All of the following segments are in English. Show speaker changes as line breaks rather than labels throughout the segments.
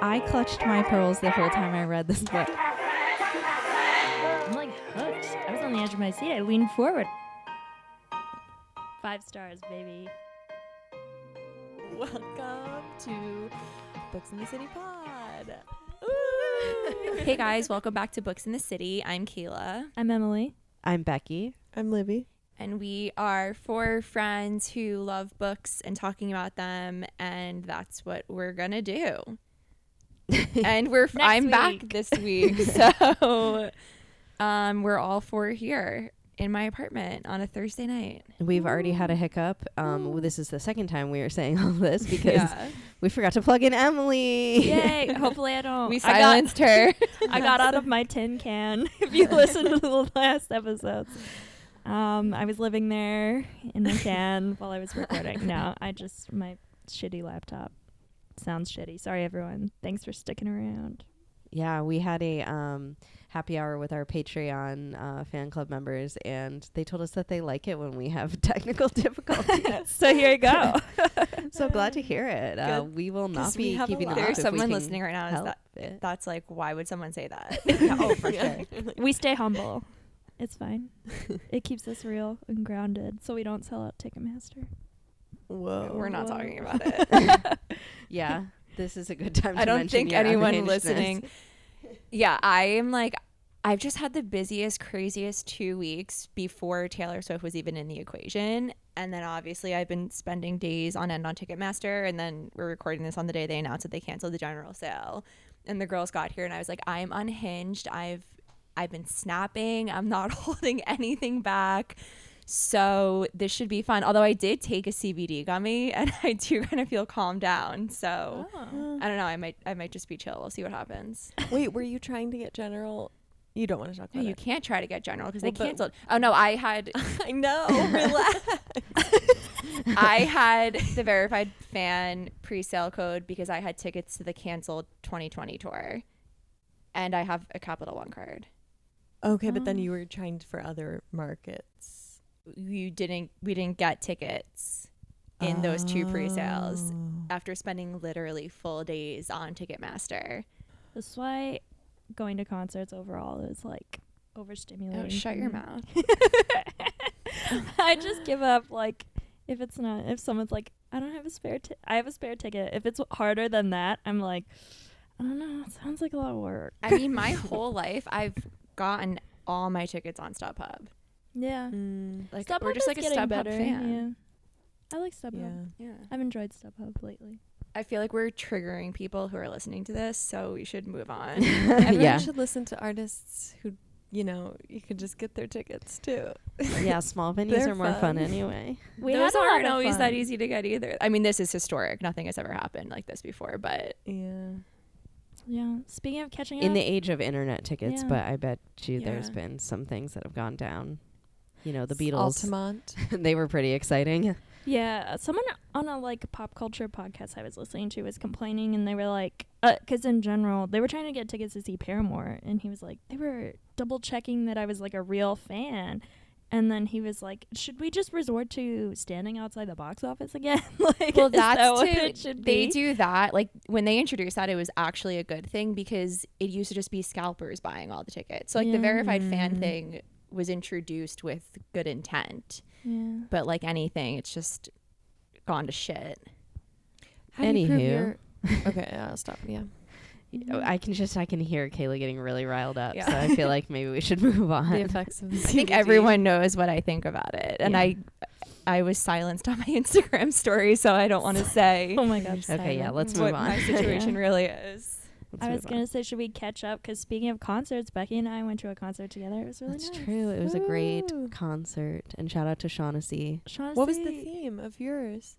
I clutched my pearls the whole time I read this book.
I'm like hooked. I was on the edge of my seat. I leaned forward. Five stars, baby.
Welcome to Books in the City Pod.
Hey guys, welcome back to Books in the City. I'm Kayla,
I'm Emily.
I'm Becky. I'm Libby.
and we are four friends who love books and talking about them, and that's what we're gonna do. and we're I'm back
week.
this week, so um, we're all four here in my apartment on a Thursday night.
We've already had a hiccup. Um, well, this is the second time we are saying all this because
Yeah.
we forgot to plug in Emily.
Yay! Hopefully, I
Oh,
don't.
we
I got-
silenced her.
I got out of my tin can. If you listen to the last episodes, um, I was living there in my can while I was recording. No, I just my shitty laptop sounds shitty. Sorry, everyone. Thanks for sticking around.
Yeah, we had a um, happy hour with our Patreon uh, fan club members, and they told us that they like it when we have technical difficulties.
So here you go.
so glad to hear it. Uh, we will not
'Cause we
be
have a
keeping
lot.
them
There's
up if we
someone
can
listening right now. Is
help
that
it.
that's like why would someone say that?
oh, for sure.
we stay humble. It's fine. It keeps us real and grounded, so we don't sell out Ticketmaster.
Whoa.
We're not
Whoa.
talking about it.
Yeah, this is a good time. To
I don't
mention
think
your
anyone
unhingedness.
listening. Yeah, I am like, I've just had the busiest, craziest two weeks before Taylor Swift was even in the equation. And then obviously, I've been spending days on end on Ticketmaster. And then we're recording this on the day they announced that they canceled the general sale. And the girls got here, and I was like, I'm unhinged. I've I've been snapping. I'm not holding anything back. So this should be fun. Although I did take a CBD gummy, and I do kind of feel calmed down. So I don't know. I might I might just be chill. We'll see what happens.
Wait, were you trying to get general? You don't want to talk
No,
about
you
it.
can't try to get general because
Well,
they
but-
canceled. Oh no, I had
I know. Relax.
I had the verified fan pre-sale code because I had tickets to the canceled 2020 tour, and I have a Capital One card.
okay, but
Um.
then you were trying for other markets.
You didn't. We didn't get tickets in those two pre-sales
Oh.
after spending literally full days on Ticketmaster.
That's why going to concerts overall is like overstimulating.
Oh,
for
shut your
me.
mouth.
I just give up. Like if it's not, if someone's like, I don't have a spare, ti- I have a spare ticket. If it's harder than that, I'm like, I don't know. It sounds like a lot of work.
I mean, my whole life I've gotten all my tickets on StubHub.
Yeah.
Mm,
Like
StubHub
we're just
is
like a
getting
StubHub
better.
fan.
Yeah. I like StubHub.
yeah.
Yeah.
I've enjoyed StubHub lately.
I feel like we're triggering people who are listening to this, so we should move on.
Everyone
yeah,
should listen to artists who, you know, you could just get their tickets too.
yeah. Small venues
They're
are more
fun.
fun anyway.
We
Those
had a lot
aren't
of
always
fun.
that easy to get either. I mean, this is historic. Nothing has ever happened like this before, but
Yeah.
Yeah. Speaking of catching
in
up,
the age of internet tickets,
Yeah.
but I bet you there's
Yeah.
been some things that have gone down. You know, the Beatles,
Altamont.
they were pretty exciting.
Yeah, someone on a like pop culture podcast I was listening to was complaining, and they were like, because in general they were trying to get tickets to see Paramore, and he was like, they were double checking that I was like a real fan, and then he was like, should we just resort to standing outside the box office again? like,
well,
is
that's
that what
too-
it should
they
be?
do that. Like when they introduced that, it was actually a good thing because it used to just be scalpers buying all the tickets. So like the
Yeah.
verified fan thing was introduced with good intent,
Yeah,
but like anything, it's just gone to shit.
How do you prove
Anywho.
your- okay, I'll stop. Yeah.
Oh, I can just, I can hear Kayla getting really riled up.
Yeah.
So I feel like maybe we should move
The
on.
effects of the
I think everyone knows what I think about it, and
Yeah.
I, I was silenced on my Instagram story, so I don't want to say
Oh my god.
okay, yeah, let's
what
move on.
my situation really is.
Let's
I
move
was
on.
gonna say, should we catch up? Because speaking of concerts, Becky and I went to a concert together. It was really
That's
nice.
true. It was a great
Ooh.
concert, and shout out to Shaughnessy.
Shaughnessy,
What was the theme of yours?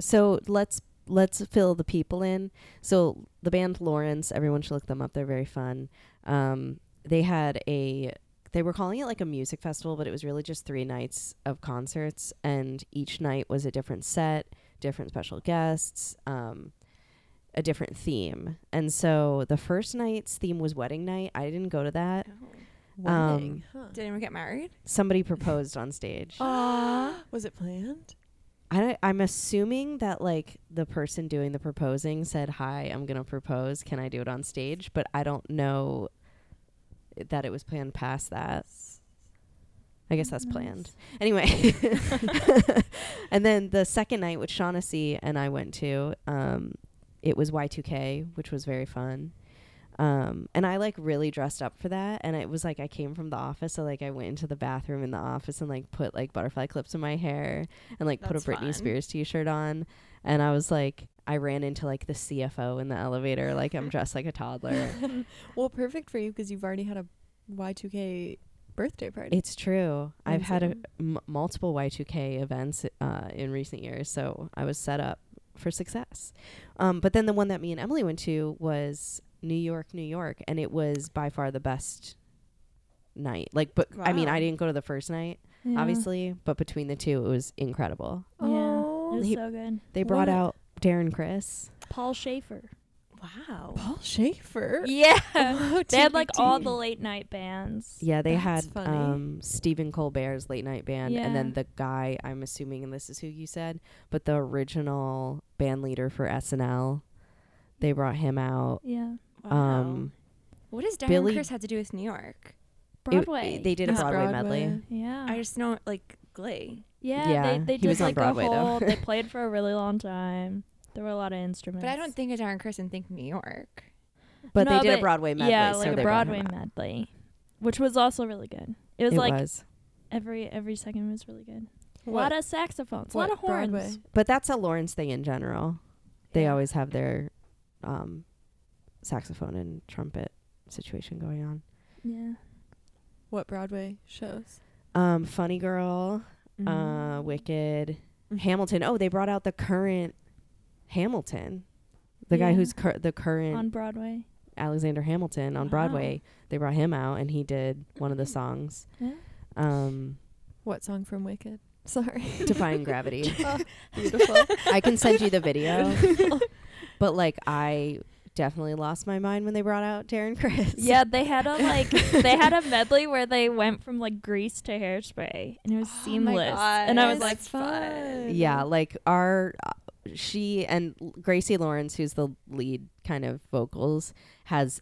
So let's let's fill the people in. So the band Lawrence, everyone should look them up. They're very fun. Um, they had a they were calling it like a music festival, but it was really just three nights of concerts, and each night was a different set, different special guests, um, a different theme. And so the first night's theme was wedding night. I didn't go to that.
Um,
Wedding, huh?
Did anyone get married? Oh,
Somebody proposed on stage.
was it planned?
I, I'm assuming that like the person doing the proposing said, "Hi, I'm gonna propose. Can I do it on stage?" But I don't know that it was planned past that. I guess that's planned. Anyway, and then the second night, which Shaughnessy and I went to, um, it was Y2K, which was very fun. Um, and I like really dressed up for that. And it was like I came from the office, so like I went into the bathroom in the office and like put like butterfly clips in my hair and like
That's
put a Britney
fun.
Spears t-shirt on. And I was like, I ran into like the CFO in the elevator, like I'm dressed like a toddler.
Well, perfect for you because you've already had a Y2K birthday party.
It's true. I've had a,
Amazing.
m- multiple Y2K events uh, in recent years, so I was set up for success. Um, but then the one that me and Emily went to was New York, New York, and it was by far the best night. Like, but I mean,
Wow.
I didn't go to the first night,
Yeah.
obviously, but between the two, it was incredible.
Yeah. It
Oh,
was
He-
so good.
They brought
What?
out Darren Chris.
Paul Schaefer.
Wow.
Paul Schaefer.
Yeah.
Oh,
They had like all
TBT.
the late night bands.
Yeah, they
That's
had
funny.
um, Stephen Colbert's late night band, and then
Yeah.
the guy I'm assuming, and this is who you said, but the original band leader for SNL. They brought him out.
Yeah.
Wow.
Um,
what does Darren
Billy-
Chris had to do with New York?
it- it-
Broadway.
they did a
That's
Broadway, medley.
Broadway.
yeah.
Oh.
I just know like Glee.
yeah.
Yeah,
They, they
he
did
was on
like
Broadway,
a
though.
whole. they played for a really long time. There were a lot of instruments.
But I don't think of Darren Chris and think New York.
But
No,
they did a
but-
Broadway medley.
Yeah,
so
like
they
a
brought
Broadway
him out.
medley, which was also really good. It was
It
like
was.
every every second was really good. A
What-
lot of saxophones, a lot
what
of horns.
Broadway?
But that's a Lawrence thing in general. They
Yeah.
always have their um, saxophone and trumpet situation going on.
Yeah.
What Broadway shows?
Um, Funny Girl.
Mm-hmm.
uh, Wicked,
Mhm.
Hamilton. Oh, they brought out the current Hamilton, the guy
Yeah.
who's cur- the current
On Oh. Broadway.
Alexander Hamilton on
Wow.
Broadway. They brought him out, and he did one of the songs,
Yeah.
um,
What song from Wicked? Sorry.
"Defying Gravity."
Beautiful.
I can send you the video, but like I definitely lost my mind when they brought out Darren Chris.
Yeah, they had a like they had a medley where they went from like Grease to Hairspray, and it was
Oh my
seamless. And I was
gosh.
like,
That's fun.
yeah,
Mm-hmm.
like our she and Gracie Lawrence, who's the lead kind of vocals, has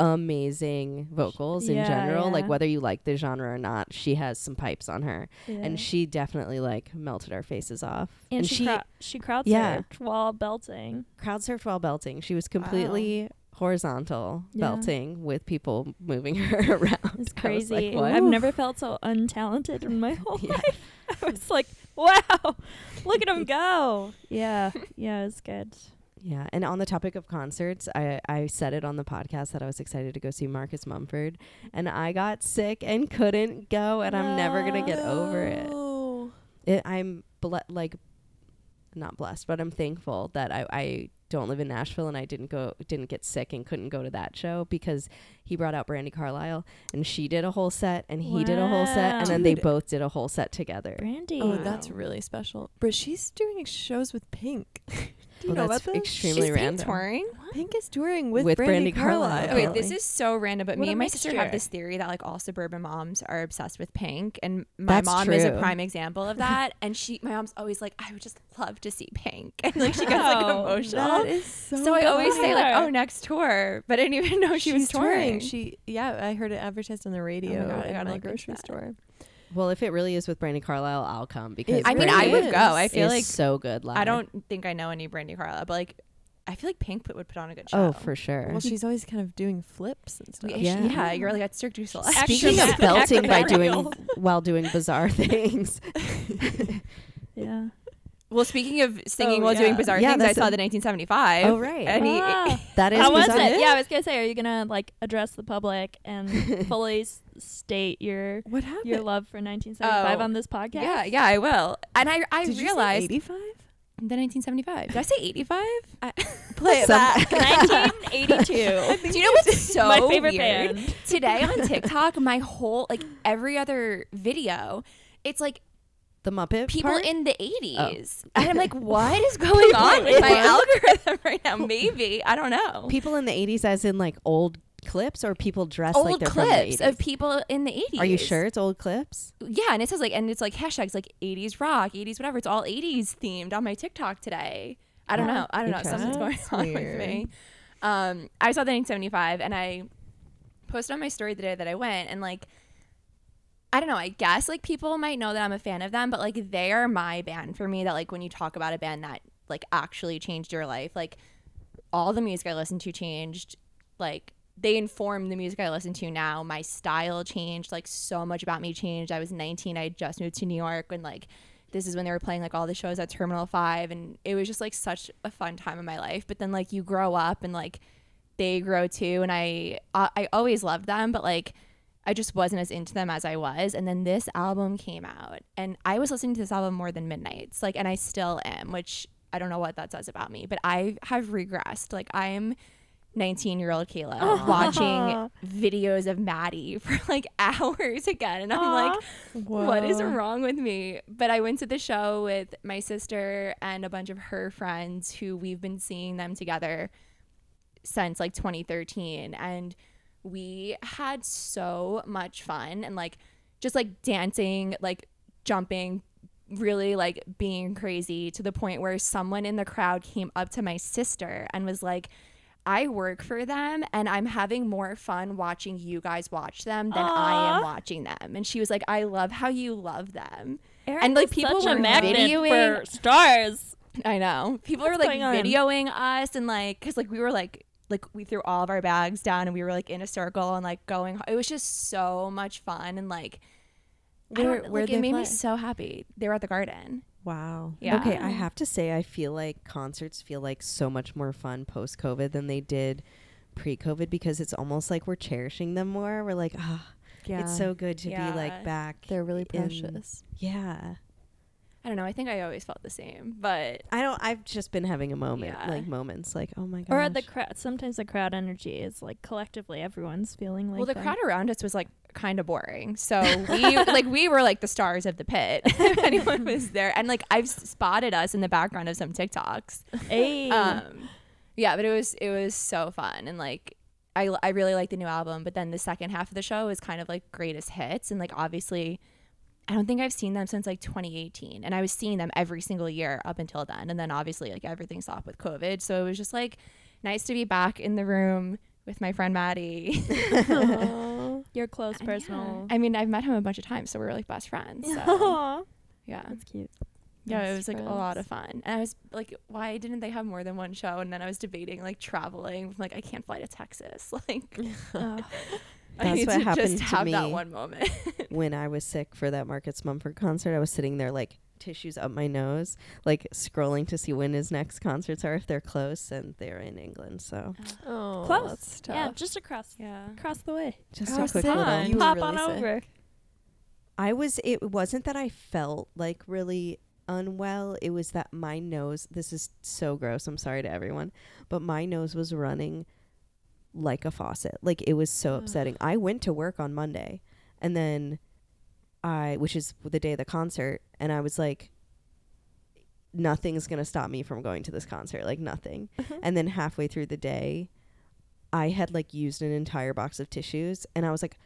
amazing vocals in
Yeah,
general. Like
yeah.
whether you like the genre or not, she has some pipes on her,
Yeah.
and she definitely like melted our faces off.
and, she she, she crowd
Yeah.
surfed while belting.
crowd surfed while belting. She was completely. Horizontal
Yeah.
belting with people moving her around.
It's
I was like,
crazy.
"What?"
I've never felt so untalented in Oh my whole
Yeah.
life. I was like, wow, look at him go. Yeah, yeah, it's good.
Yeah, and on the topic of concerts, I, I said it on the podcast that I was excited to go see Marcus Mumford, and I got sick and couldn't go, and I'm never gonna get over it.
No.
it I'm ble- like, not blessed, but I'm thankful that I, I don't live in Nashville and I didn't go didn't get sick and couldn't go to that show because he brought out Brandy Carlisle and she did a whole set and he did a whole set and then they
Wow.
both did a whole set together.
Brandy.
Oh, that's really special. But she's doing shows with Pink. Do you know
Well, Oh, that's
about this?
extremely
She's been
random.
touring.
Pink is touring with,
With
Brandy,
Brandi
Carlisle.
Carlisle.
Okay,
Really?
this is so random, but
What
me
a
and my sister have
mixture.
this theory that like all suburban moms are obsessed with Pink, and my
That's
mom is a
true.
prime example of that. and she, my mom's always like, I would just love to see Pink, and like she gets like
Wow.
emotional.
That is so.
so I always say like,
bizarre.
oh, next tour, but I didn't even know she was
She's touring.
touring. Oh
She yeah, I heard it advertised on the radio
God, I
in
gotta
my
look into
grocery
that.
store.
Well, if it really is with Brandy Carlisle, I'll come because
I mean, I
Brandy
would go. I
is
feel like
so good live.
I don't think I know any Brandy Carlisle, but like, I feel like Pink put- would put on a good show.
Oh, for sure.
Well, she's always kind of doing flips and stuff.
yeah,
Yeah.
she- yeah, you're like at Cirque du Soleil.
Speaking
Actually,
of belting by doing
acrobatical.
while doing bizarre things,
Yeah.
well, speaking of singing
Oh,
while doing
yeah.
bizarre
Yeah,
things, I
that's
saw
it.
the 1975.
Oh, right.
and he-
Ah.
that is
How was
bizarre.
it? Yeah, I was gonna say, are you gonna like address the public and fully s- state your
What happened?
your love for 1975
Oh.
on this podcast?
yeah, yeah, I will. And I, I
Did
realized
you say 85?
The 1975. Did I say 85?
Play
Some-
back.
1982.
Do you know what's so
My favorite
weird?
band.
Today on TikTok, my whole like every other video, it's like
The Muppet
people
part? Oh.
in the 80s, and I'm like, what is going on with my algorithm right now? Maybe I don't know.
people in the eighties, as in like old clips or people dressed
old
like they're
clips
from
of people in the 80s.
the 80s? Are you sure it's old clips?
Yeah, and it says like, and it's like hashtags like 80s rock, 80s whatever. It's all 80s themed on my TikTok today. I don't
Wow.
know. I don't know. Something's going
That's
on with
weird.
me. Um, I saw the 1975, and I posted on my story the day that I went, and like, I don't know. I guess like people might know that I'm a fan of them, but like they are my band for me. That like when you talk about a band that like actually changed your life, like all the music I listened to changed. Like they informed the music I listen to now. My style changed. Like so much about me changed. I was 19. I had just moved to New York and like this is when they were playing like all the shows at Terminal 5 and it was just like such a fun time in my life. But then like you grow up and like they grow too and I I, I always loved them, but like I just wasn't as into them as I was. And then this album came out and I was listening to this album more than Midnight's like and I still am, which I don't know what that says about me, but I have regressed. Like I'm 19 year old Kayla watching videos of Maddie for like hours again. And I'm like, what is wrong with me? But I went to the show with my sister and a bunch of her friends who we've been seeing them together since like 2013. And we had so much fun and like just like dancing, like jumping, really like being crazy to the point where someone in the crowd came up to my sister and was like, I work for them and I'm having more fun watching you guys watch them than I am watching them. And she was like, I love how you love them. and like people
such
were
a magnet
videoing.
for stars.
I know. People
What's
were like
going on?
videoing us and like, cause like we were like, like we threw all of our bags down and we were like in a circle and like going. It was just so much fun and like, I
Where-
don't-
where'd
like, it
they
made
play?
me so happy. They were at the garden.
Wow.
Yeah.
Okay,
Um,
I have to say I feel like concerts feel like so much more fun post COVID than they did pre COVID because it's almost like we're cherishing them more. We're like, ah,
Yeah.
it's so good to be
Yeah.
like back.
They're really
in-
precious.
yeah.
I don't know. I think I always felt the same, but
I don't I've just been having a moment,
Yeah.
like moments like, oh my god.
Or at the crowd. Sometimes the crowd energy is like collectively everyone's feeling like.
well, the
that.
crowd around us was like kind of boring. So we like we were like the stars of the pit. if anyone was there, and like I've s- spotted us in the background of some TikToks.
Hey.
Um, yeah, but it was it was so fun and like. I, I really like the new album, but then the second half of the show is kind of like greatest hits. And like, obviously, I don't think I've seen them since like 2018. And I was seeing them every single year up until then. And then obviously, like, everything stopped with COVID. So it was just like nice to be back in the room with my friend Maddie.
your close
Yeah.
personal.
I mean, I've met him a bunch of times, so we're like best friends. So,
Aw,
yeah.
That's cute.
Yeah, it
Best
was like a lot of fun. And I was like, why didn't they have more than one show? And then I was debating like traveling. I'm like, I can't fly to Texas. Like,
Ugh.
I
That's
need
what
to
happened
just
to
have that
me.
one moment.
when I was sick for that Marcus Mumford concert, I was sitting there like tissues up my nose, like scrolling to see when his next concerts are if they're close and they're in England. So
Oh,
Close.
That's tough.
yeah, just across
yeah.
across the way.
just
Oh,
a
sick.
quick little
You
were
Pop
really
on
sick.
over.
I was it wasn't that I felt like really unwell, it was that my nose this is so gross, I'm sorry to everyone, but my nose was running like a faucet. Like it was so
Ugh.
upsetting. I went to work on Monday and then I which is the day of the concert and I was like nothing's going to stop me from going to this concert, like nothing. and then halfway through the day I had like used an entire box of tissues and I was like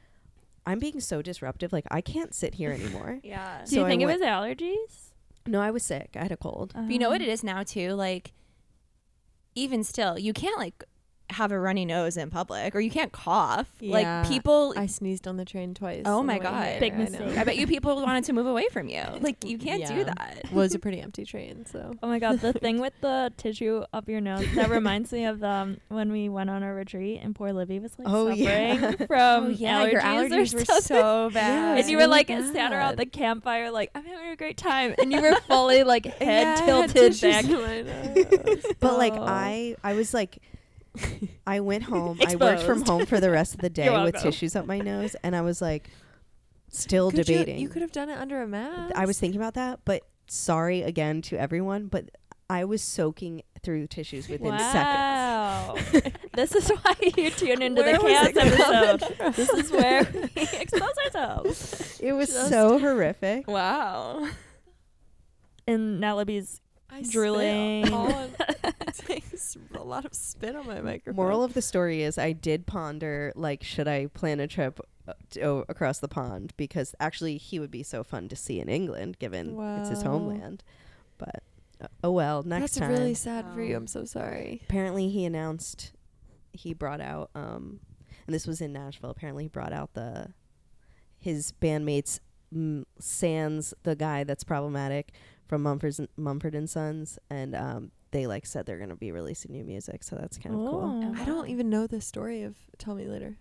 I'm being so disruptive. Like I can't sit here anymore.
Yeah.
Do you
So I
think it
went-
was allergies?
no, I was sick. I had a cold.
But you know what it is now too? Like, even still, you can't like have a runny nose in public or you can't cough.
Yeah,
like, people,
I sneezed on the train twice.
Oh
on the
my
way
God.
here,
Big
I know.
mistake.
I bet you people wanted to move away from you. Like, you can't do
Yeah.
that.
was a pretty empty train, so
Oh my god, the thing with the tissue up your nose that reminds me of um when we went on a retreat and poor Livy was like
Oh,
suffering
yeah.
from
Oh, yeah,
allergies,
your allergies
or
were
something.
so bad.
and you were
really
like sat
bad.
around the campfire like I'm having a great time and you were fully like head tilted back.
back.
But like
Oh.
I I was like I went home. I worked from
Exposed.
home for the rest of the day
You're
with
welcome.
tissues up my nose and I was like still debating.
You, could have done it under a mask.
I was thinking about that, but sorry again to everyone, but I was soaking through tissues within seconds.
wow. this is why you tune into
Where
the
was
chaos
it coming
episode. This is where we expose ourselves.
It was
Just-
so horrific.
Wow.
And now Libby's
I spit
Drooling.
all on- Takes a lot of spit on my microphone.
Moral of the story is I did ponder like should I plan a trip uh, to, o- across the pond because actually he would be so fun to see in England given it's his
Wow.
homeland. But uh, oh well, next
That's
time.
really sad for you.
Oh.
I'm so sorry.
apparently he announced he brought out um and this was in Nashville. Apparently he brought out the his bandmates mm, Sans, the guy that's problematic from Mumford's Mumford and Sons and um they like said they're going to be releasing new music, so that's kind of cool.
Oh.
I don't even know the story of Tell Me Later.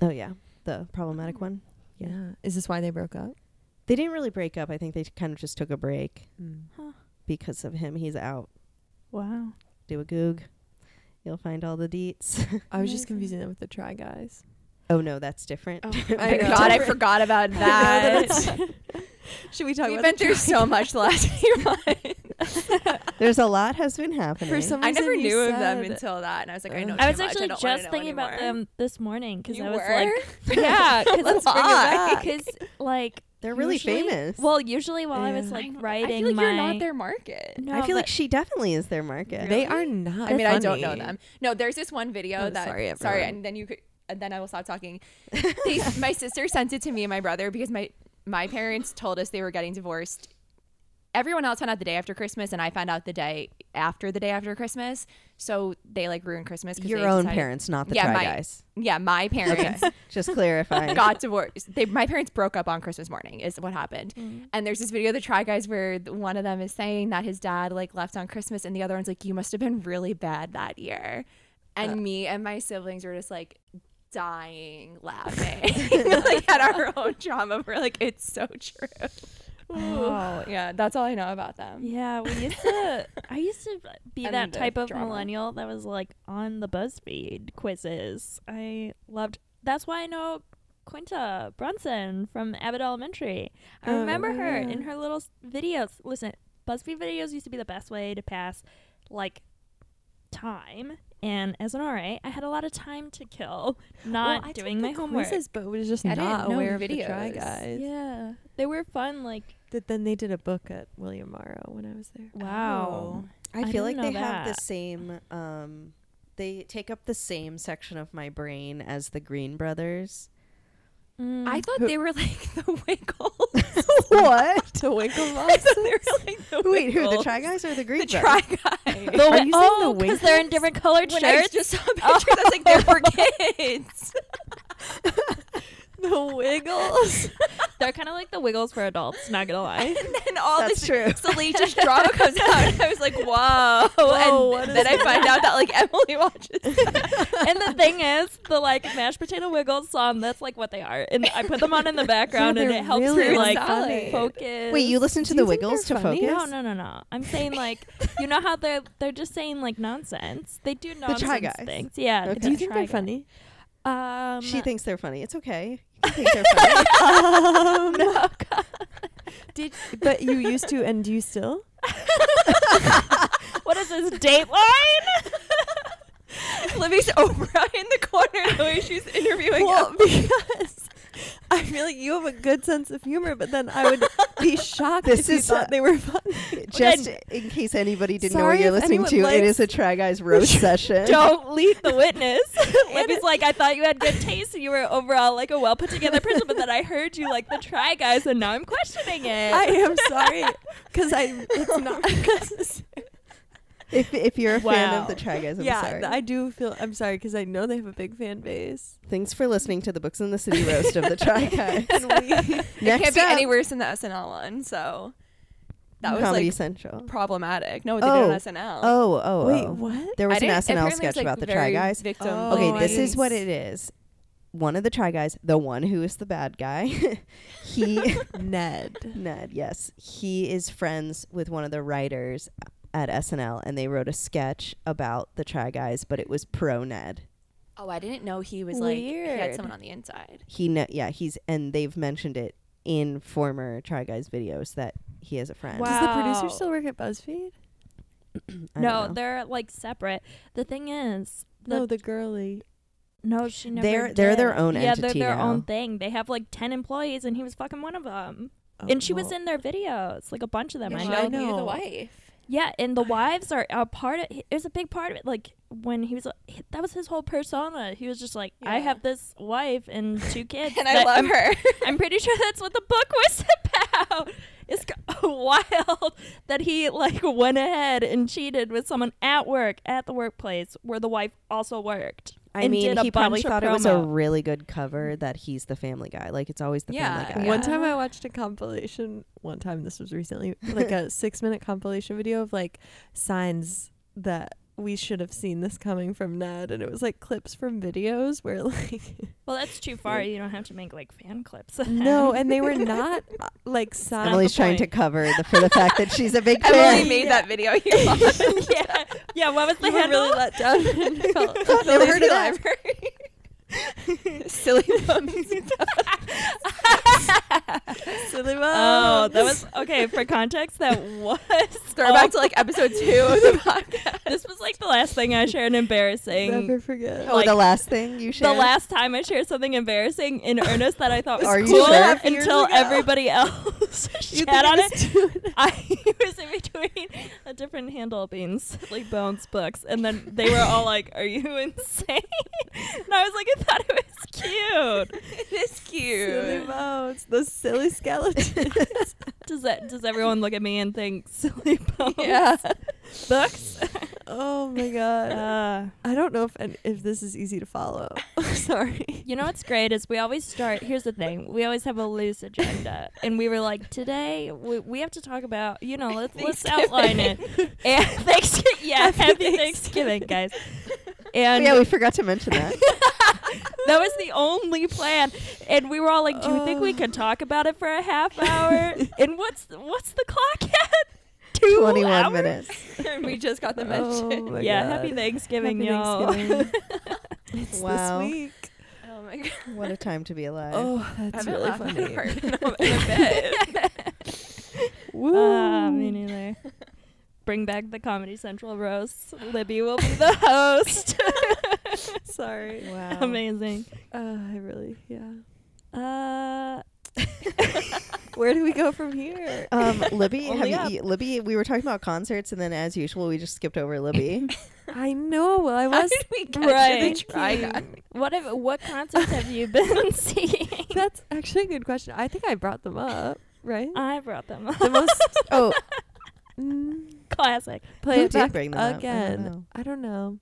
Oh yeah, the problematic one. Yeah.
Is this why they broke up?
They didn't really break up. I think they kind of just took a break because of him. He's out.
Wow.
Do a goog. You'll find all the
I
deets.
was
Amazing.
just confusing them with the Try Guys.
oh no, that's different.
My God, I forgot about that.
Should we talk
We've
about
been
the
through
Try
so much last few months.
There's a lot has been happening.
For some
I
reason
never
you
knew of them
said-
until that, and I was like, I
Ugh.
know.
I was
too much.
actually
don't wanna
just
know
thinking about
anymore.
them this morning because
You
I was
were?
like, yeah, because
Let's bring it back.
because like
They're really
usually-
famous.
Well, usually while I was
Yeah.
I
like
know-
writing
I feel like
my,
you're not their market.
No,
I feel like
but-
she definitely is their market.
They are not.
I mean, I don't know
funny.
them. No, there's this one video
Oh,
that
sorry, everyone.
and then you could, and then I will stop talking. They, my sister sent it to me and my brother because my my parents told us they were getting divorced. Everyone else found out the day after Christmas, and I found out the day after the day after Christmas. So they like ruined Christmas. 'cause
Your
they
own
decided-
parents, not the
Yeah,
try
my-
guys.
Yeah, my parents
Just clarifying.
got divorced. They, my parents broke up on Christmas morning, is what happened.
Mm.
And there's this video of the Try Guys where th- one of them is saying that his dad like left on Christmas, and the other one's like, "You must have been really bad that year." And me and my siblings were just like dying laughing like at our own trauma. We're like, "It's so true."
Wow.
Oh, Yeah, that's all I know about them.
Yeah, we used to. I used to be
And
that
the
type of
drama.
millennial that was like on the BuzzFeed quizzes. I loved. That's why I know Quinta Brunson from Abbott Elementary. I
Oh,
remember her
yeah.
in her little s- videos. Listen, BuzzFeed videos used to be the best way to pass like time. And as an RA, I had a lot of time to kill, not
Well, I took
doing my
the
homework.
quizzes, but was just
I didn't
not
know
aware
the
of the Try
videos.
Guys.
Yeah, they were fun. Like
That then they did a book at William Morrow when I was there.
wow.
I
I
feel like
didn't
they
know
have the
that.
same. Um, they take up the same section of my brain as the Green Brothers.
Mm.
I thought
Who-
they were like the Wiggles.
what?
The
I
Winklevoss.
thought they were like the
Wait, who? The
Wiggles.
Try Guys or the Green
The
Brothers?
Try Guys.
The
Are
wi-
you saying the
oh, because they're in
Winkles?
different colored
Oh, when I
shirts.
just saw pictures, I was like, they were kids.
the Wiggles.
they're kind of like the Wiggles for adults. Not gonna lie.
and then all
That's
this
true.
salacious drama comes out, and I was like, whoa.
Whoa, what
and then I find out that like Emily watches.
and the thing is, the like mashed potato Wiggles song. That's like what they are, and I put them on in the background, and
they're
it helps
really
me like
solid.
focus.
Wait, you listen to
Do you
the
think they're
Wiggles to
funny?
focus?
Oh, No, no, no, no. I'm saying like, you know how they're they're just saying like nonsense. They do nonsense
Try Guys.
things. Yeah.
Okay.
the
Do you think
Try
they're
Guys.
funny?
Um,
She thinks they're funny. It's okay. You think they're funny.
Did but you used to and do you still?
what is this Dateline?
Libby's Oprah in the corner the way she's
Oh,
interviewing
Well, because I feel like you have a good sense of humor, but then I would be shocked if
This
you
is
thought
a-
they were funny.
Just in case anybody didn't know
Sorry
what you're
if
listening
anyone
to, it
likes-
is a Try Guys roast session.
Don't lead the witness. Libby's like, I thought you had good taste. You were overall like a well put together person, but then I heard you like the try guys, and now I'm questioning it.
I am sorry because I it's not because
If, if you're a fan
Wow.
of the Try Guys, I'm
yeah
sorry.
I do feel I'm sorry because I know they have a big fan base.
Thanks for listening to the Books in the City roast of the Try Guys.
And we,
It
Next
can't be
up,
any worse than the SNL one, so that was
Comedy
like
Central.
problematic. No, what they did on
Oh.
SNL.
Oh, oh,
wait,
oh.
what?
There
I
was an
didn't-
SNL
apparently
sketch
it's, like,
about the Try
very
Guys.
Victim
Oh,
Okay,
I
this is
see.
what it is. One of the Try Guys, the one who is the bad guy, he
Ned.
Ned, yes. He is friends with one of the writers at SNL, and they wrote a sketch about the Try Guys, but it was pro Ned.
Oh, I didn't know he was like he had
Weird.
someone on the inside.
He, kn- yeah, he's, and they've mentioned it in former Try Guys videos that he has a friend.
Wow.
Does the producer
Wow.
still work at BuzzFeed?
I don't
no,
know.
they're like separate. The thing is, the,
No, the girly.
no, she never.
They're- they're their
did.
own
Yeah,
entity
they're their
now.
own thing. They have like ten employees,
Oh,
Oh.
and he was fucking one of them. and she was in their videos, like a bunch of them.
Yeah,
I
she
know.
knew the
know.
wife.
Yeah, and the wives are a part of. It was a big part of it. Like when he was, he- that was his whole persona. He was just like, I
Yeah.
have this wife and two kids,
and I
that
love
I'm-
her.
I'm pretty sure that's what the book was about. It's g- wild that he like went ahead and cheated with someone at work at the workplace where the wife also worked.
I
and
mean,
did a
he probably
bunch of
thought it was a
promo.
really good cover that he's the Family Guy. Like it's always the
Yeah.
Family Guy.
One time I watched a compilation. One time, this was recently, like a six minute compilation video of like signs that we should have seen this coming from Ned. And it was like clips from videos where like,
Well, that's too far. You don't have to make like fan clips. of
no,
him.
and they were not uh, like signs.
Emily's
the
trying to
point.
cover the, for the fact that she's a big
Emily
fan.
made that video. You lost.
yeah, yeah. What was the
You were
handle?
really let down. and felt-
the
Never heard
Liberty
of that.
Library. Silly bones.
Silly
oh,
Bones.
that was okay. For context, that was
Throwback to like episode two of the podcast.
this was like the last thing I shared. Embarrassing.
Never forget.
Oh,
like,
the last thing you shared.
the last time I shared something embarrassing in earnest that I thought was
Are you
cool
sure? Two and a half
years
until
ago.
everybody else
You think
shat on
I
it.
was doing-
I was in between a different handle being Silly Bones books, and then they were all like, "Are you insane?" And I was like, "I thought it was cute."
It's
Silly
cute.
Bones. The silly skeleton.
Does that? Does everyone look at me and think Silly Bones
Yeah.
books?
oh my god.
Uh,
I don't know if an- if this is easy to follow. Sorry.
You know what's great is we always start. Here's the thing: we always have a loose agenda, and we were like, today we, we have to talk about. You know, let's let's outline it. And Thanksgiving, yeah,
Happy
happy Thanksgiving, guys. And
Oh, yeah, we forgot to mention that.
that was the only plan, and we were all like, do you think we
Oh.
could talk about it for a half hour? and what's what's the clock at? Two
21
hours?
minutes.
And we just got the
Oh
mention.
my
yeah,
God.
happy Thanksgiving,
Happy
y'all.
Thanksgiving. It's
Wow.
this week.
Oh, my god.
What a time to be alive.
Oh,
I've
that's
been
really
laughing
funny.
hard in a in a bit.
Woo.
Ah, me neither. Bring back the Comedy Central roast. Libby will be the host.
Sorry.
Wow.
Amazing.
Uh, I really, yeah.
Uh,
Where do we go from here?
Um, Libby, have
Only
you-
up.
you, Libby, we were talking about concerts, and then as usual, we just skipped over Libby.
I know. Well, I
How
was.
did we get
Right.
to the trigon?
what if, what concerts have you been seeing?
That's actually a good question. I think I brought them up, right?
I brought them up.
The most
oh,
mm,
Classic.
play
Who
it
did
back
bring them up? I don't know.
again. I don't know.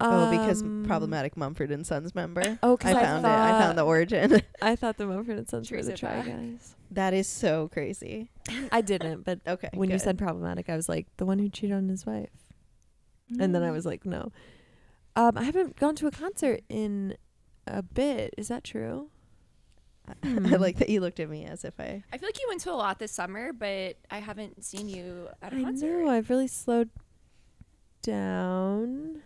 oh, because
Um,
problematic Mumford and Sons member.
Oh,
I
because I,
found
thought,
it. I found the origin.
I thought the Mumford and Sons were the
Trace it
try
back.
guys.
that is so crazy.
I didn't, but
Okay,
when you
good.
said problematic, I was like the one who cheated on his wife, and then I was like, no. Um, I haven't gone to a concert in a bit. Is that true?
I like that you looked at me as if I.
I feel like you went to a lot this summer, but I haven't seen you at a
I
concert.
know. I've really slowed down.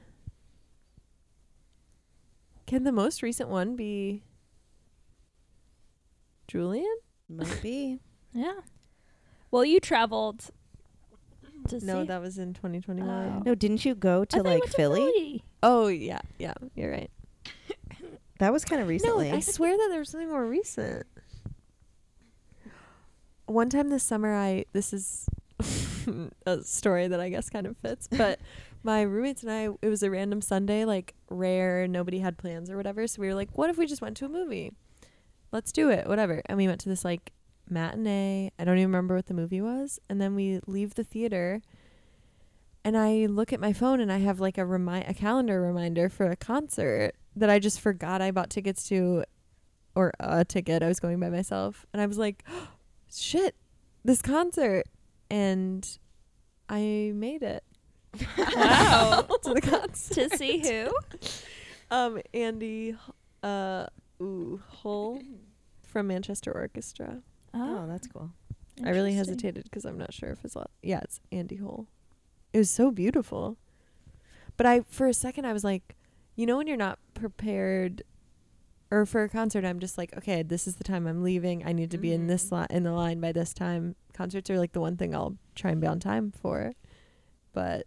Can the most recent one be Julian?
Might be.
yeah. Well, you traveled to
No,
see.
that was in 2021.
Oh.
No, didn't you go
I thought
to
you
like
went to
Philly?
Philly.
Oh yeah, yeah. You're right.
That was kind of recently.
No, I swear that there was something more recent. One time this summer, I this is a story that I guess kind of fits, but my roommates and I, it was a random Sunday, like rare, nobody had plans or whatever. So we were like, what if we just went to a movie? Let's do it, whatever. And we went to this like matinee. I don't even remember what the movie was. And then we leave the theater. And I look at my phone and I have like a remind a calendar reminder for a concert that I just forgot I bought tickets to or a ticket. I was going by myself and I was like, shit, this concert. And I made it
Wow.
to the concert.
to see who?
Um, Andy uh, ooh, Hull from Manchester Orchestra.
oh, that's cool.
I really
interesting.
hesitated because I'm not sure if it's lot. Yeah, it's Andy Hole. It was so beautiful, but I for a second I was like, you know, when you're not prepared, or for a concert, I'm just like, okay, this is the time I'm leaving. I need to be in this line in the line by this time. Concerts are like the one thing I'll try and be on time for, but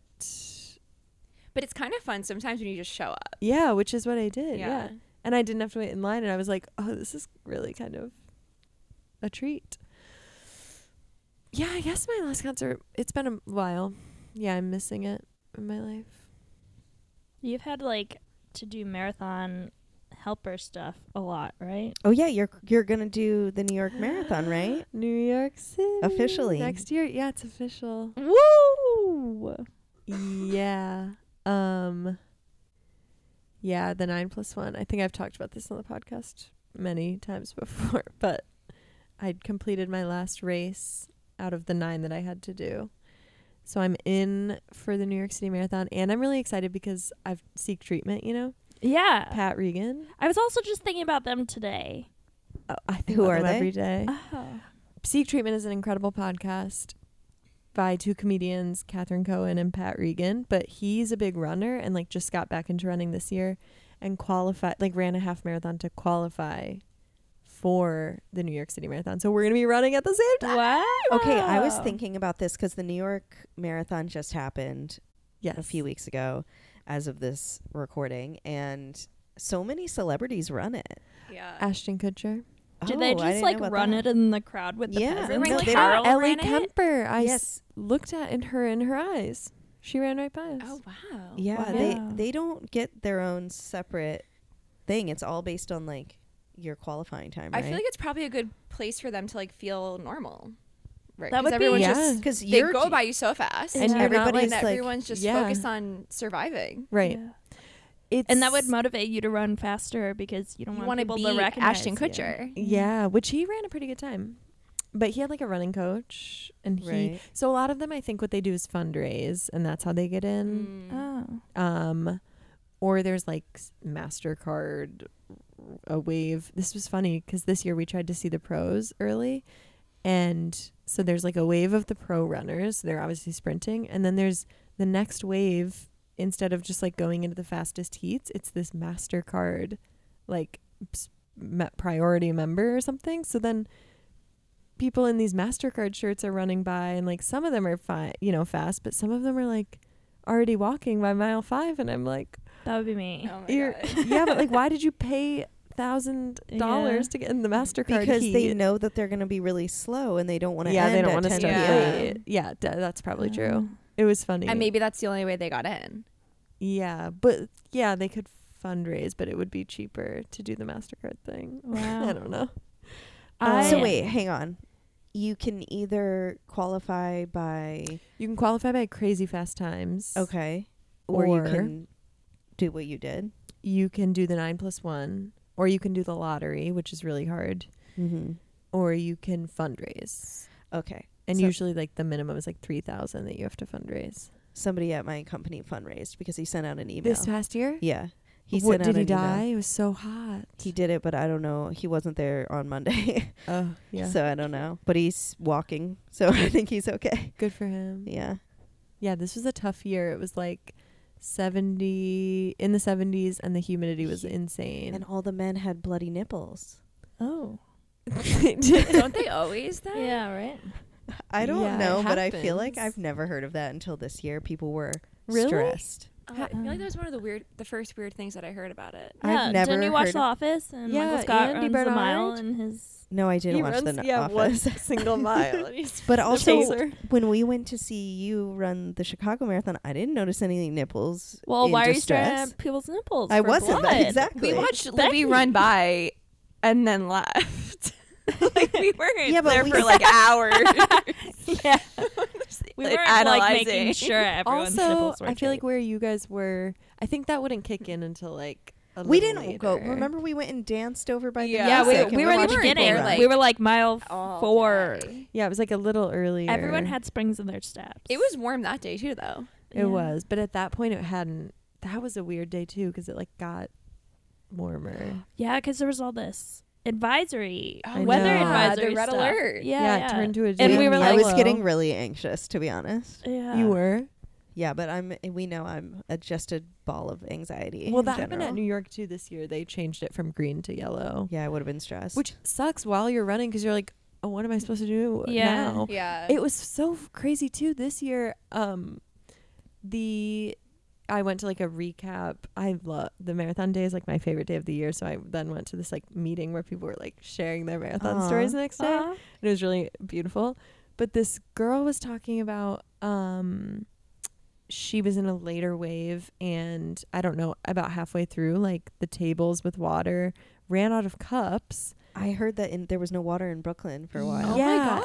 But it's kind of fun sometimes when you just show up.
yeah, which is what I did. yeah.
yeah.
and I didn't have to wait in line, and I was like, oh, this is really kind of a treat. Yeah, I guess my last concert. It's been a while. Yeah, I'm missing it in my life.
You've had like to do marathon helper stuff a lot, right?
Oh yeah, you're you're gonna do the New York Marathon, right?
New York City
Officially.
next year. Yeah, it's official.
Woo!
yeah. Um. Yeah, the nine plus one. I think I've talked about this on the podcast many times before, but I'd completed my last race out of the nine that I had to do. So I'm in for the New York City Marathon, and I'm really excited because I've seek treatment. You know,
Uh,
Yeah.
Pat Regan.
I was also just thinking about them today.
Oh, I think
Who
about
are
them
they?
every day.
Eh.
Oh.
Seek Treatment is an incredible podcast by two comedians, Katherine Cohen and Pat Regan. But he's a big runner and like just got back into running this year and qualified, like ran a half marathon to qualify for the New York City Marathon. So we're gonna be running at the same time.
Wow.
Okay, I was thinking about this because the New York Marathon just happened
Yes,
a few weeks ago, as of this recording, and so many celebrities run it.
Yeah.
Ashton Kutcher,
Did
Oh, I
they
didn't
just
know
like
about
run
that.
it in the crowd with the
Yeah.
peasants?
Remember
No,
when
they
Carol
Ellie
ran it?
Kemper. I
Yes.
s- looked at in her in her eyes. She ran right by us.
Oh wow.
Yeah,
Wow.
they
Yeah.
they don't get their own separate thing. It's all based on like your qualifying time.
I feel like it's probably a good place for them to like feel normal. Right.
That
'Cause
would be-
everyone's
Yeah.
just
because
they go by you so fast.
And
And,
you're
not,
everybody's
it's
that
like
everyone's just
yeah.
focused on surviving.
Right.
Yeah.
It's
And that would motivate you to run faster because you don't
You
want
want to
people
be
to recognize
Ashton
you.
Kutcher.
Yeah, which he ran a pretty good time. But he had like a running coach and he
Right.
so a lot of them I think what they do is fundraise and that's how they get in.
Mm.
Oh.
Um or there's like s- Mastercard a wave. This was funny cuz this year we tried to see the pros early and so there's like a wave of the pro runners. They're obviously sprinting and then there's the next wave instead of just like going into the fastest heats, it's this Mastercard like s- me- priority member or something. So then people in these Mastercard shirts are running by, and like some of them are fine, you know, fast, but some of them are like already walking by mile five, and I'm like,
That would be me.
Oh my
You're-
god.
yeah, but like, why did you pay thousand dollars
Yeah.
to get in the Mastercard?
because
heat?
they know that they're going to be really slow and they don't want to.
yeah, they don't
want to
start
start
late. Yeah, d- that's probably
Oh.
true. It was funny,
And maybe that's the only way they got in.
yeah, but yeah, they could fundraise, but it would be cheaper to do the Mastercard thing.
Wow.
I don't know.
I-
So wait, hang on. You can either qualify by
You can qualify by crazy fast times.
okay, or, you
Or-
can do what you did.
you can do the nine plus one, or you can do the lottery, which is really hard,
Mm-hmm.
or you can fundraise.
Okay.
And
So-
usually, like the minimum is like three thousand that you have to fundraise.
Somebody at my company fundraised because he sent out an email.
This past year,
yeah, he
what
sent out
did he
an email.
die? It was so hot.
He did it, but I don't know. He wasn't there on Monday.
Oh yeah,
So I don't know. But he's walking, so I think he's okay.
good for him.
Yeah.
Yeah, this was a tough year. It was like seventy in the seventies, and the humidity was
Hu-
insane.
And all the men had bloody nipples.
Oh.
Don't they always though?
Yeah, right?
I don't
Yeah, it
know, but I feel like
happens.
I've never heard of that until this year. People were
Really?
stressed.
Oh, I feel like that was one of the weird, the first weird things that I heard about it.
I've
yeah.
never
Didn't you watch
heard
The
of-
Office? And
Yeah,
Michael Scott
Andy
runs a mile
Bernard.
in his.
No, I didn't
he
watch
runs
the n-
yeah one
office.
single mile. and he's
But
the
also,
pacer.
when we went to see you run the Chicago Marathon, I didn't notice any nipples.
Well,
in
why are you staring
distress.
at people's nipples?
I
for
wasn't that-
blood?
exactly.
We watched Libby run by and then left. like we weren't
Yeah, but
there
we-
for like hours.
Yeah. We were
we were
like
analyzing.
making sure everyone's
also,
nipples were
I feel like
tight.
where you guys were, I think that wouldn't kick in until like a
We
little
didn't go.
later.
Remember, we went and danced over by
Yeah.
the
yeah, we,
music and
we were in the
watched people
beginning.
run.
like-
we were like mile
All
four.
day.
Yeah, it was like a little earlier.
Everyone had springs in their steps.
It was warm that day too, though.
It
Yeah.
was, but at that point it hadn't. That was a weird day too because it like got warmer.
Yeah, because there was all this advisory,
I
weather
know.
advisory,
the red
stuff.
alert.
Yeah,
yeah,
yeah.
it turned to a.
And
dim
we were
I
like-
was
yellow.
getting really anxious, to be honest.
Yeah.
You were.
Yeah, but I'm. We know I'm a, just a ball of anxiety.
Well,
in
that happened at
general.
New York too this year. They changed it from green to yellow,
Yeah, I would have been stressed.
which sucks while you're running because you're like, oh, what am I supposed to do
Yeah.
now?
Yeah.
it was so f- crazy too this year um the i went to like a recap i love the marathon day is like my favorite day of the year so i then went to this like meeting where people were like sharing their marathon
Aw.
Uh-huh.
stories the next day
Aw.
and it was really beautiful but this girl was talking about um she was in a later wave and I don't know about halfway through like the tables with water ran out of cups
I heard that in, there was no water in Brooklyn for a while.
Oh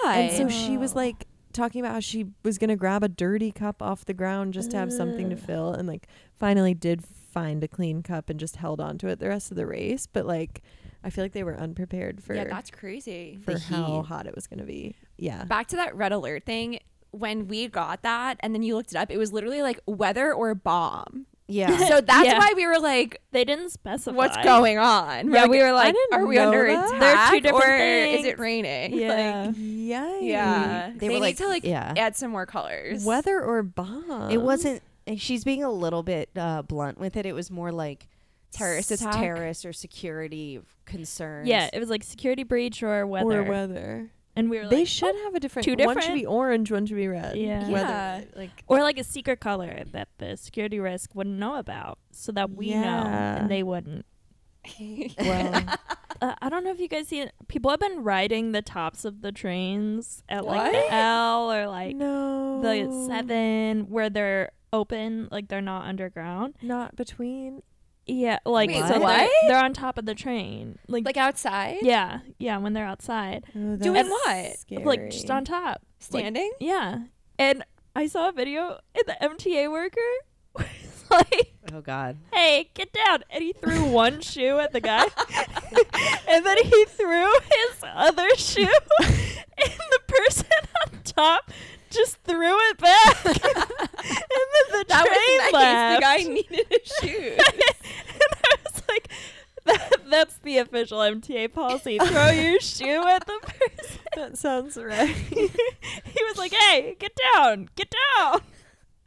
my
and so
God.
she was like talking about how she was going to grab a dirty cup off the ground just to have something to
Ugh.
fill and like finally did find a clean cup and just held on to it the rest of the race but like I feel like they were unprepared for
yeah, that's crazy.
for
The
how
heat.
hot it was going to be. Yeah.
Back to that red alert thing. When we got that, and then you looked it up, it was literally like weather or bomb.
Yeah.
So that's
Yeah.
why we were like,
They didn't specify.
"What's going on?"
Yeah,
Like,
we were
I
like,
didn't
"Are we
know
under
that."
They're two
attack
different
or
things.
is it raining?
Yeah.
Like,
Yeah.
yeah.
They
They,
were
need
like-
to like
yeah.
add some more colors.
Weather or bomb.
Uh-huh.
it wasn't. She's being a little bit uh, blunt with it. It was more like
Terrorist
s-
attack?
terrorist or security concerns.
Yeah, it was like security breach or weather.
or weather.
and we were
they
like, "Oh,
should have a different,
two
One should
different?
be orange. One should be red.
Yeah.
Yeah.
Weather. Like
"Oh," or like a secret color that the security risk wouldn't know about, so that we know
Yeah.
and they wouldn't.
well,
Uh, I don't know if you guys see it. People have been riding the tops of the trains at like
What?
the L or like
no.
the seven where they're open, like they're not underground.
Not between.
Yeah, like
Wait,
so they're-
what?
They're, on top of the train, like,
like outside,
yeah, yeah, when they're outside,
Oh,
Doing
that's
what?
Scary.
like just on top, Like,
standing.
yeah, and I saw a video, and the MTA worker was like.
Oh God.
hey, get down. And he threw one shoe at the guy. and then he threw his other shoe. and the person on top just threw it back. and then the
that
train
was nice.
left.
The guy needed a shoe.
and I was like, that, that's the official MTA policy. Throw your shoe at the person.
That sounds right.
he was like, hey, get down. Get down.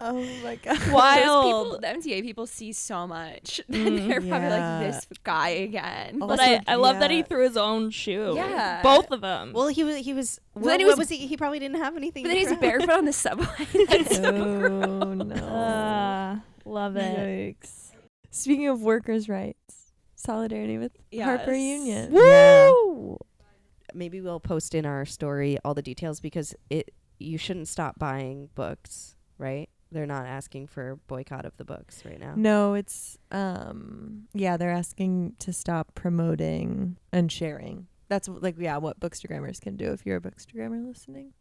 oh my god.
Those
Wild.
people, the MTA people see so much.
Mm,
They're probably
yeah.
like this guy again.
Oh,
But
Also,
I, I love that
yeah.
he threw his own shoe.
Yeah.
Both of them.
Well, he was. He was. Well,
Mm. then he
what
was-
was he? He probably didn't have anything.
but then he's
to grab.
barefoot on the subway. That's so gross.
oh no.
Uh, love it.
Yikes. Speaking of workers' rights, solidarity with Harper
Yes.
Union.
Yeah. Maybe we'll post in our story all the details because it. You shouldn't stop buying books, right? They're not asking for boycott of the books right now.
No, it's um yeah, they're asking to stop promoting and sharing. That's like yeah, what bookstagrammers can do if you're a bookstagrammer listening.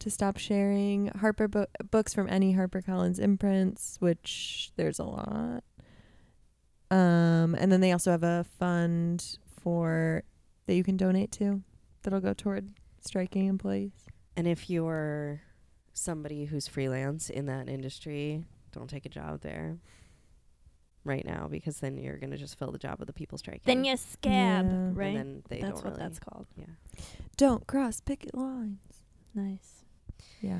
To stop sharing Harper bo- books from any HarperCollins imprints, which there's a lot. Um and then they also have a fund for that you can donate to that'll go toward striking employees.
And if you're somebody who's freelance in that industry, don't take a job there right now because then you're going to just fill the job with the people striking.
Then you scab,
Yeah. And
right?
And then they
that's what
don't really.
that's called.
yeah.
Don't cross picket lines.
Nice.
Yeah.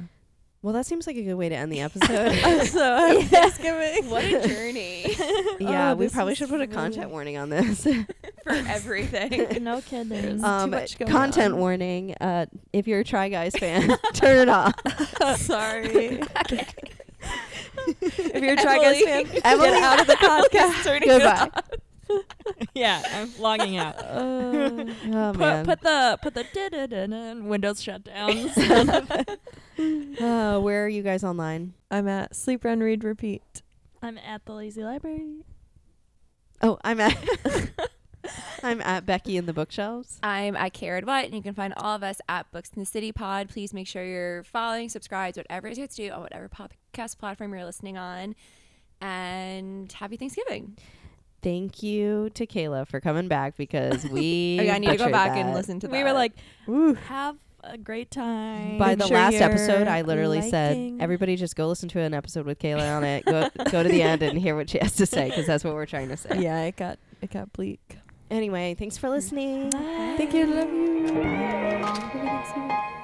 Well, that seems like a good way to end the episode.
so I'm just giving
What a journey
yeah,
Oh,
we
this
probably
is
should put a
really-
content warning on this.
for everything.
No kidding.
There's-
Uh,
um,
much going
content
on.
warning. Uh, if you're a Try Guys fan, turn it off.
Sorry. if you're a Try Guys
Emily.
fan, get out of the podcast.
Goodbye.
yeah, I'm logging out.
Uh,
Oh,
Put,
man.
put the put the da-da-da-da, Windows shut down.
Uh, where are you guys online?
I'm at sleep, run, read, repeat.
I'm at the lazy library.
Oh, I'm at I'm at Becky in the bookshelves.
I'm at Carrot What, and you can find all of us at Books in the City Pod. Please make sure you're following, subscribes, whatever it takes to do on whatever podcast platform you're listening on. And happy Thanksgiving.
Thank you to Kayla for coming back because we.
Okay, I need to go
butchered
back
that.
and listen to that.
We were like,
Ooh.
have a great time.
By
Make
the
sure
last episode,
you're
I literally said,
liking-
"Everybody, just go listen to an episode with Kayla on it. Go go to the end and hear what she has to say because that's what we're trying to say."
Yeah, it got it got bleak.
Mm.
Anyway, thanks for listening.
Thank you. Love you. Have a good Thanksgiving.